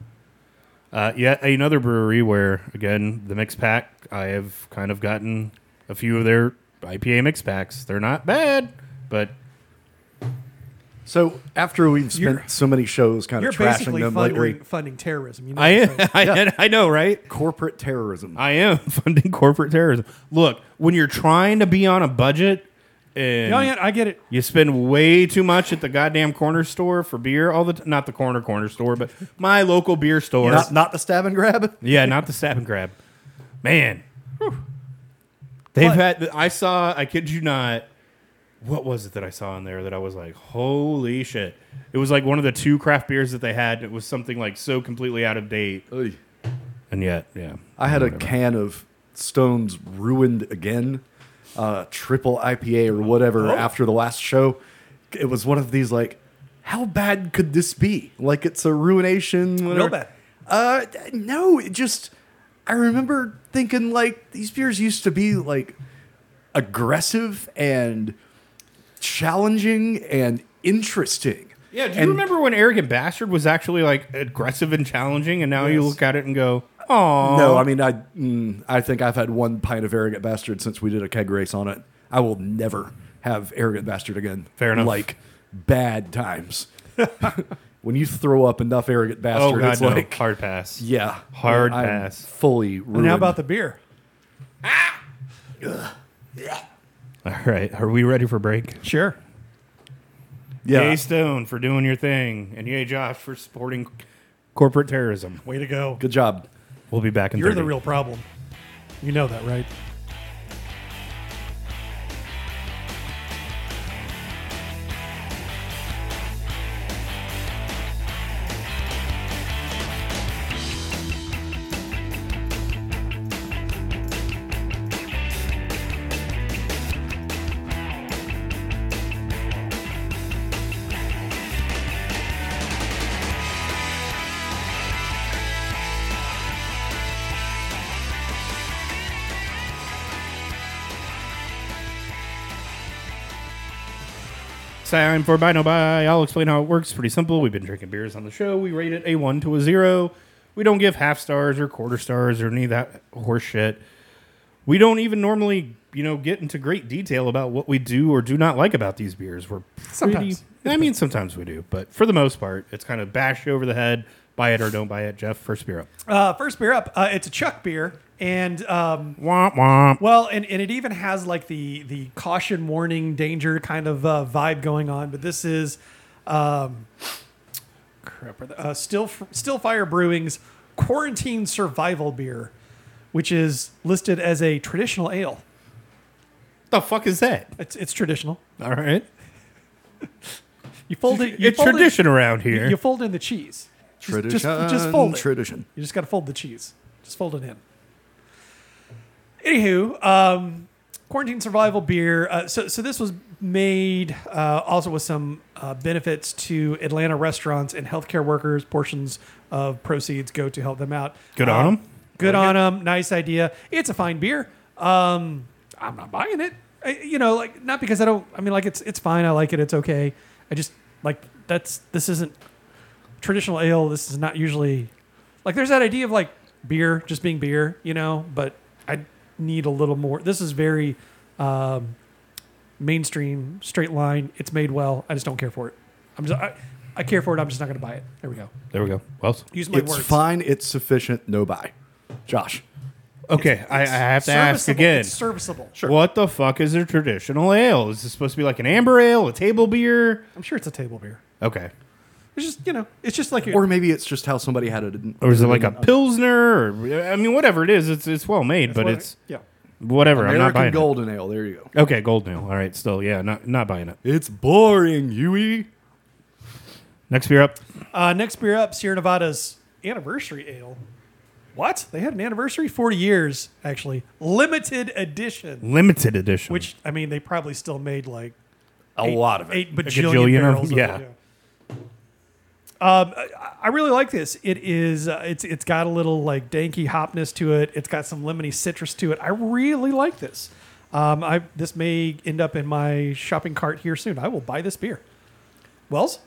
Uh, yet another brewery where, again, the mix pack, I have kind of gotten a few of their IPA mix packs. They're not bad, but So after we've spent You're- so many shows kind You're of trashing basically them funding, lately, funding terrorism. You know I what I'm saying? I, I know, right? corporate terrorism. I am funding corporate terrorism. Look, when you're trying to be on a budget and No, yeah, I get it. you spend way too much at the goddamn corner store for beer all the t- not the corner corner store, but my local beer store. Not, not the stab and grab. Yeah, not the stab and grab. Man. They've had I saw, I kid you not, what was it that I saw in there that I was like, holy shit. It was like one of the two craft beers that they had. It was something like so completely out of date. And yet, yeah. I had a can of Stone's Ruined Again, uh, triple IPA or whatever after the last show. It was one of these like, how bad could this be? Like it's a ruination. whatever. bad. Uh, d- no, it just I remember thinking like these beers used to be like aggressive and challenging and interesting. Yeah, do you And- remember when Arrogant Bastard was actually like aggressive and challenging and now you Yes. look at it and go, "Oh." No, I mean I mm, I think I've had one pint of arrogant bastard since we did a keg race on it. I will never have arrogant bastard again. Fair enough. Like bad times. when you throw up enough arrogant Oh bastard, god, it's no. like hard pass. yeah, Hard I'm pass. Fully ruined. And how about the beer? All right, are we ready for break? Sure. yeah? Yay, Stone, for doing your thing. And yay, Josh, for supporting corporate terrorism. Way to go. Good job. We'll be back in You're 30. the real problem. You know that, right? Time for Buy No Buy. I'll explain how it works. Pretty simple. We've been drinking beers on the show. We rate it a 1 to a 0. We don't give half stars or quarter stars or any of that horseshit. We don't even normally, you know, get into great detail about what we do or do not like about these beers. We're pretty, Sometimes. I mean, sometimes we do, but for the most part, it's kind of bash you over the head. Buy it or don't buy it. Jeff, first beer up. Uh, first beer up, uh, it's a Chuck beer, and um, Womp womp. Well, and, and it even has like the the caution, warning, danger kind of uh, vibe going on. But this is, um, crap, are the- uh, still still fire brewing's quarantine survival beer, which is listed as a traditional ale. the fuck is that? It's it's traditional. All right. You fold it. You It's fold it- tradition around here. you fold in the cheese. Just- Tradition. Just, just fold it. Tradition. You just got to fold the cheese. Just fold it in. Anywho, um, quarantine survival beer. Uh, so, so this was made uh, also with some uh, benefits to Atlanta restaurants and healthcare workers. Portions of proceeds go to help them out. Good on Um, 'em. Good on them. Nice idea. It's a fine beer. Um, I'm not buying it. I, you know, like not because I don't. I mean, like it's it's fine. I like it. It's okay. I just like that's this isn't traditional ale, this is not usually like there's that idea of like beer just being beer, you know, but I need a little more. This is very um, mainstream, straight line. It's made well. I just don't care for it. I'm just, I, I care for it. I'm just not going to buy it. There we go. There we go. Well, Use my It's words. fine. It's sufficient. No buy. Josh. okay. I, I have to ask Serviceable. again. It's serviceable. What the fuck is a traditional ale? Is this supposed to be like an amber ale, a table beer? I'm sure it's a table beer. Okay. It's just, you know, it's just like, Or maybe it's just how somebody had it. in- Or is it like a pilsner? Or I mean, whatever it is, it's it's well made, but what- it's yeah. whatever. I'm not American buying gold. Golden Ale. There you go. It. Okay, gold nail. All right, still, yeah, not not buying it. It's boring, Huey. Next beer up. Uh, next beer up, Sierra Nevada's anniversary ale. What? They had an anniversary? 40 years, actually. Limited edition. Limited edition. Which I mean, they probably still made like A eight- lot of it. eight gajillion bajillion of- barrels. Of yeah. it, Um, I, I really like this. It is. Uh, it's. It's got a little like danky hopness to it. It's got some lemony citrus to it. I really like this. Um, I this may end up in my shopping cart here soon. I will buy this beer. Wells,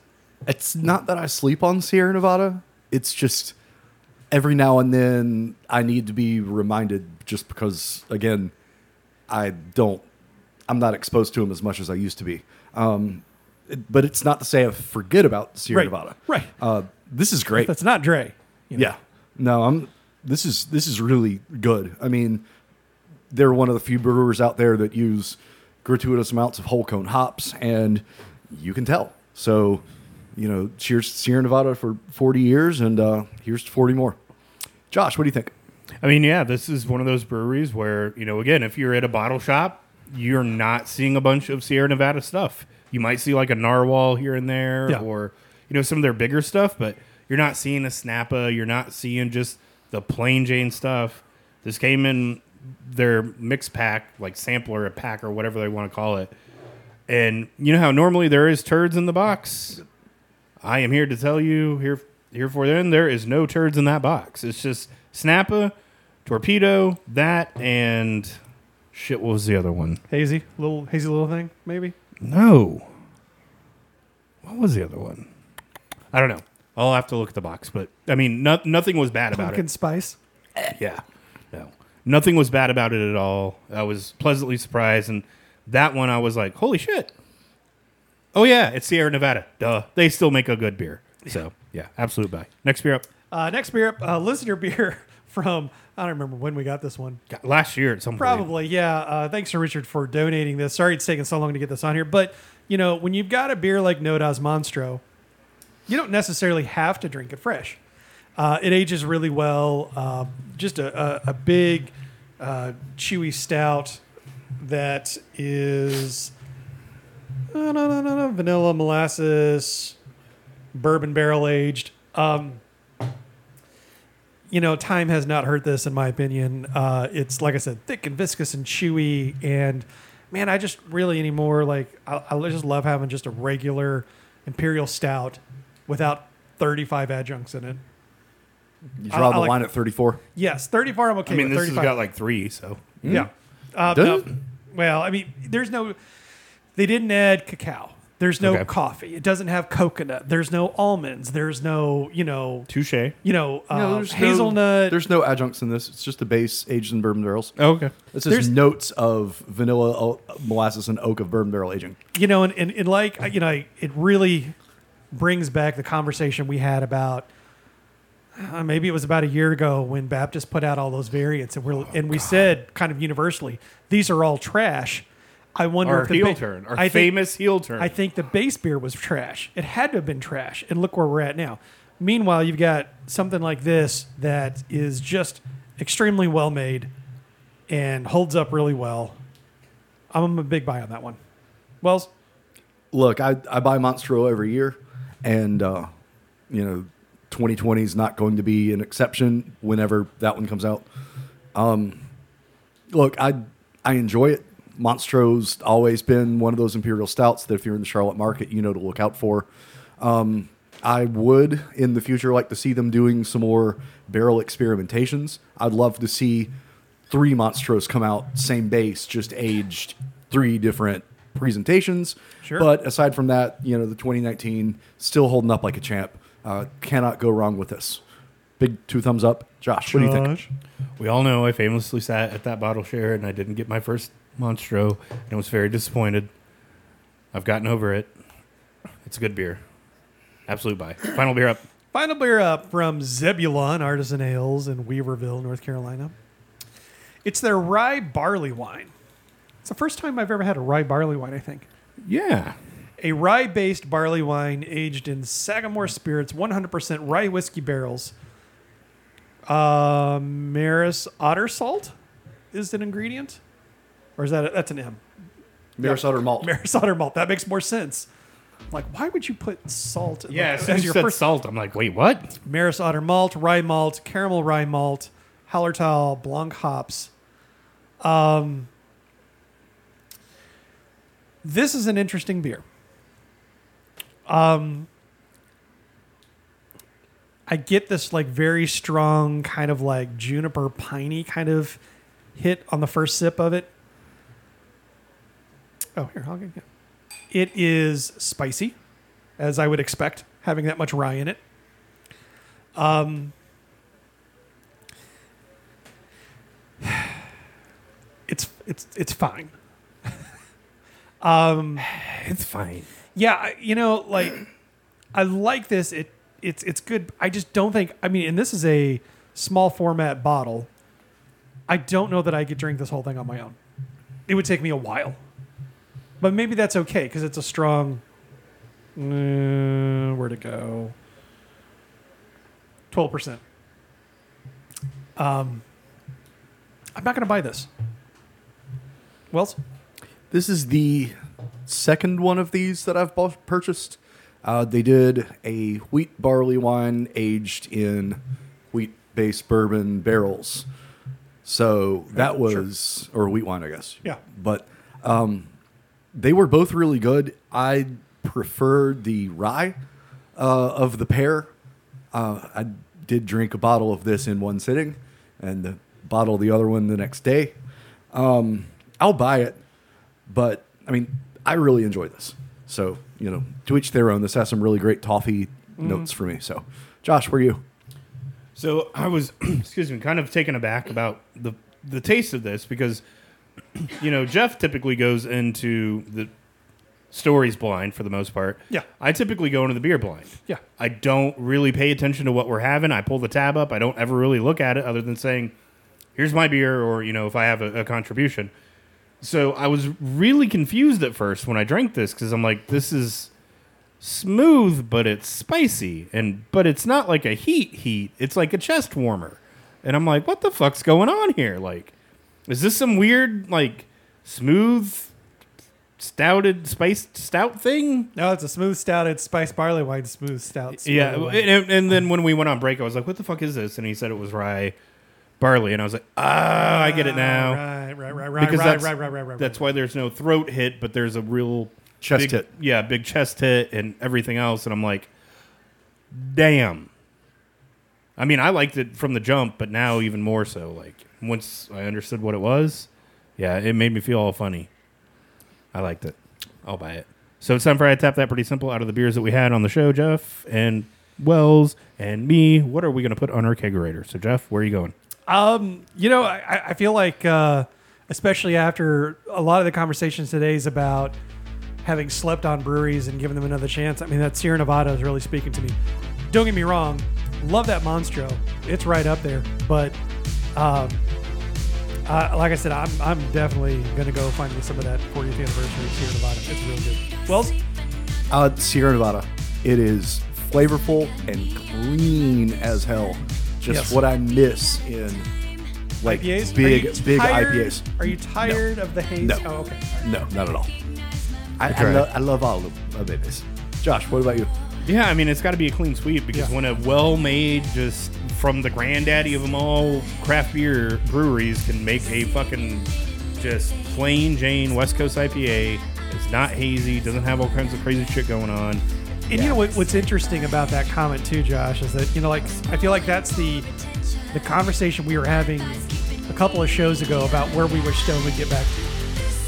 It's not that I sleep on Sierra Nevada. It's just every now and then I need to be reminded just because, again, I don't, I'm not exposed to them as much as I used to be. Um, it- but it's not to say I forget about Sierra Right, Nevada. right. Uh, this is great. that's not Dre. you know. Yeah. No, I'm this is this is really good. I mean, they're one of the few brewers out there that use gratuitous amounts of whole cone hops and you can tell. So, you know, cheers to Sierra Nevada for 40 years and uh here's to 40 more. Josh, what do you think? I mean, yeah, this is one of those breweries where, you know, again, if you're at a bottle shop, you're not seeing a bunch of Sierra Nevada stuff. You might see like a narwhal here and there Yeah. or, you know, some of their bigger stuff, but you're not seeing a snappa. You're not seeing just the plain Jane stuff. This came in their mix pack, like sampler, a pack, or whatever they want to call it. And you know how normally there is turds in the box? I am here to tell you here here for then there is no turds in that box. It's just Snappa, Torpedo, that and shit what was the other one? Hazy little hazy little thing maybe. No. What was the other one? I don't know. I'll have to look at the box, but I mean no, nothing was bad about Pumpkin it. spice. Yeah. No. Nothing was bad about it at all. I was pleasantly surprised and that one I was like, "Holy shit." Oh yeah, it's Sierra Nevada. Duh. They still make a good beer. So, yeah, absolute buy. Next beer up. Uh, next beer, up, uh, listener beer from I don't remember when we got this one. God, last year at some point. Probably, yeah. Uh, thanks to Richard for donating this. Sorry it's taken so long to get this on here, but you know when you've got a beer like Nodas Monstro, you don't necessarily have to drink it fresh. Uh, it ages really well. Uh, just a, a, a big, uh, chewy stout that is uh, no, no, no, no, vanilla, molasses, bourbon barrel aged. Um, you know, time has not hurt this, in my opinion. Uh, it's like I said, thick and viscous and chewy, and man, I just really anymore like I, I just love having just a regular imperial stout without thirty-five adjuncts in it. You I- draw I the like- line at 34. Yes, thirty-four. I'm okay. I mean, with this has 35. got like three, so Hmm. Yeah. Uh, Does no. Well, I mean, there's no. They didn't add cacao. There's no Okay. coffee. It doesn't have coconut. There's no almonds. There's no you know Touche. you know uh, No, there's no- hazelnut. Uh, there's no adjuncts in this. It's just a base aged in bourbon barrels. Oh, okay. It's There's- just notes of vanilla, o- molasses, and oak of bourbon barrel aging. you know, and, and, and like, I- you know, I- it really brings back the conversation we had about uh, maybe it was about a year ago when Baptist put out all those variants, and, we're, Oh, and we said kind of universally, these are all trash. I wonder Our if the heel ba- turn. Our I think- famous heel turn. I think the base beer was trash. It had to have been trash. And look where we're at now. Meanwhile, you've got something like this that is just extremely well made and holds up really well. I'm a big buy on that one. Wells, Look, I, I buy Monstro every year, and uh, you know, 2020 is not going to be an exception. Whenever that one comes out, um, look, I I enjoy it. Monstro's always been one of those imperial stouts that if you're in the Charlotte market, you know to look out for. I would in the future like to see them doing some more barrel experimentations. I'd love to see three Monstros come out, same base, just aged three different presentations. Sure. But aside from that, you know, the 2019 still holding up like a champ. Uh, cannot go wrong with this. Big two thumbs up. Josh, what do you think? We all know I famously sat at that bottle share and I didn't get my first Monstro and I was very disappointed. I've gotten over it. It's a good beer. Absolute buy. Final beer up. Final beer up from Zebulon Artisan Ales in Weaverville, North Carolina. It's their rye barley wine. It's the first time I've ever had a rye barley wine, I think. Yeah. A rye based barley wine aged in Sagamore spirits, 100% rye whiskey barrels. Uh, Maris otter salt is an ingredient? Or is that that's an M? Maris Otter Malt. Maris otter malt. That makes more sense. Like, why would you put salt in Yeah, the, as soon as you said salt, I'm like, wait, what? Maris Otter malt, rye malt, caramel rye malt, Hallertau, Blanc hops. Um, this is an interesting beer. Um, I get this like very strong kind of like juniper piney kind of hit on the first sip of it. Oh, here, I'll get it. It is spicy, as I would expect, having that much rye in it. it's it's it's fine. It's fine. Yeah, I- you know, like I like this. It it's it's good. I just don't think. I mean, and this is a small format bottle. I don't know that I could drink this whole thing on my own. It would take me a while, but maybe that's okay because it's a strong. Uh, where to go? Twelve percent. Um, I'm not going to buy this. Wells. This is the second one of these that I've bought, purchased. Uh, they did a wheat barley wine aged in wheat based bourbon barrels. So that was, or wheat wine, I guess. Yeah. But um, they were both really good. I preferred the rye uh, of the pair. Uh, I did drink a bottle of this in one sitting and the bottle of the other one the next day. Um, I'll buy it but I mean, I really enjoy this. So you know, to each their own. This has some really great toffee notes for me. So, Josh, where are you? So I was, excuse me, kind of taken aback about the the taste of this because, you know, Jeff typically goes into the stories blind for the most part. Yeah. I typically go into the beer blind. Yeah. I don't really pay attention to what we're having. I pull the tab up. I don't ever really look at it other than saying, "Here's my beer," or you know, if I have a, a contribution. So I was really confused at first when I drank this because I'm like, this is smooth, but it's spicy, and but it's not like a heat heat. It's like a chest warmer, and I'm like, what the fuck's going on here? Like, is this some weird like smooth, stouted spiced stout thing? No, it's a smooth stout. It's spiced barley wine, smooth stout. smooth Yeah, wine. and, and then when we went on break, I was like, "What the fuck is this?" And he said it was rye barley, and I was like, "Ah, I get it now." Right, right, right, right, Because right, that's- right, right, right, right. That's why there's no throat hit, but there's a real Chest big- hit. Yeah, big chest hit and everything else. And I'm like, damn. I mean, I liked it from the jump, but now even more so. Like once I understood what it was, yeah, it made me feel all funny. I liked it. I'll buy it. So it's time for I tap that pretty simple out of the beers that we had on the show, Jeff and Wells and me. What are we going to put on our kegerator? So Jeff, where are you going? Um, you know, I- I, I feel like, uh, especially after a lot of the conversations today is about having slept on breweries and giving them another chance. I mean, that Sierra Nevada is really speaking to me. Don't get me wrong, love that Monstro. It's right up there. But um, uh, like I said, I'm, I'm definitely going to go find me some of that 40th anniversary Sierra Nevada. It's really good. Wells, Uh, Sierra Nevada. It is flavorful and clean as hell. Just Yes. what I miss in like IPAs? big Are you big tired- IPAs. Are you tired of the haze? No. Oh, okay. No, not at all. I, I, tried. lo- I love all of my babies. Josh, what about you? Yeah, I mean it's got to be a clean sweep because Yeah. when a well-made, just from the granddaddy of them all, craft beer breweries can make a fucking just plain Jane West Coast IPA. It's not hazy, doesn't have all kinds of crazy shit going on. And you know what, what's interesting about that comment too, Josh, is that you know, like I feel like that's the the conversation we were having a couple of shows ago about where we wish Stone would get back to.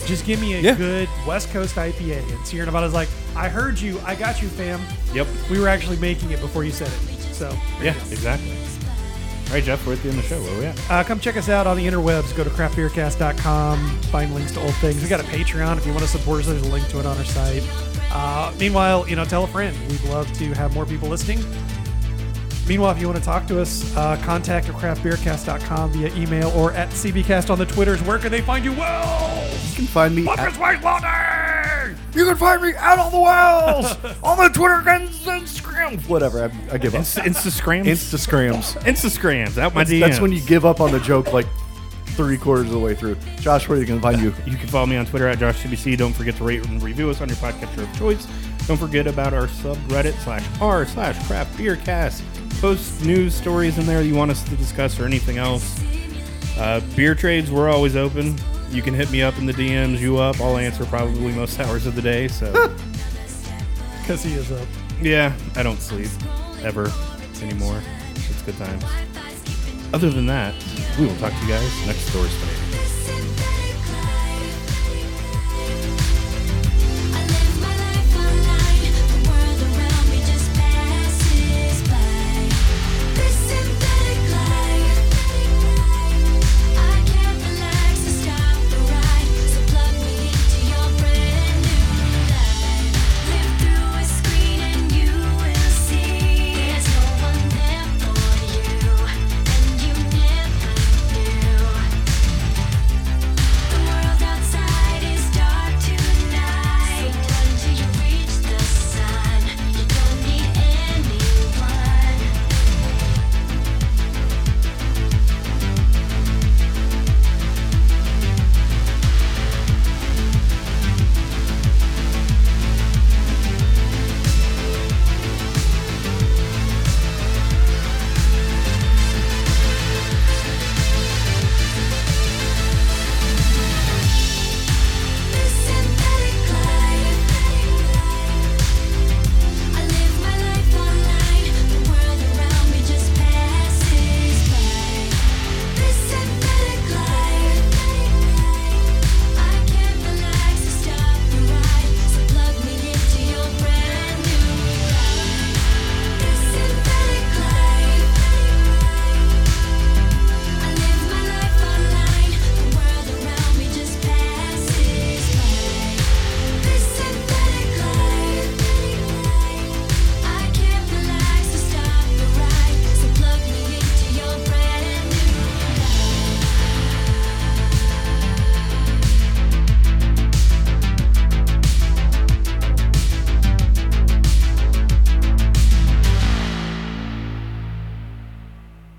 Just give me a Yeah. good West Coast IPA. And Sierra Nevada's like, I heard you, I got you, fam. Yep. We were actually making it before you said it. So there you Yeah, go. exactly. All right, Jeff, we're at the end of the show. Where we at? Uh, come check us out on the interwebs. Go to craftbeercast.com. Find links to old things. We got a Patreon if you want to support us. There's a link to it on our site. Uh, meanwhile, you know, tell a friend. We'd love to have more people listening. Meanwhile, if you want to talk to us, uh, contact at craftbeercast.com via email or at cbcast on the Twitters. Where can they find you? Well, You can find me. At, Marcus Weislaughter! you can find me out on the walls on the Twitter and Instagram. Whatever, I, I give up. Insta scrams. Insta scrams. Insta scrams. Out my DMs. That's when you give up on the joke like three quarters of the way through. Josh, where are you going to find you? You can follow me on Twitter at JoshCBC. Don't forget to rate and review us on your podcatcher of choice. Don't forget about our subreddit slash r slash craft beer cast. Post news stories in there you want us to discuss or anything else. Uh, beer trades, we're always open. You can hit me up in the DMs, you up. I'll answer probably most hours of the day. So, Because he is up. yeah, I don't sleep ever anymore. It's good times. Other than that, we will talk to you guys next Thursday.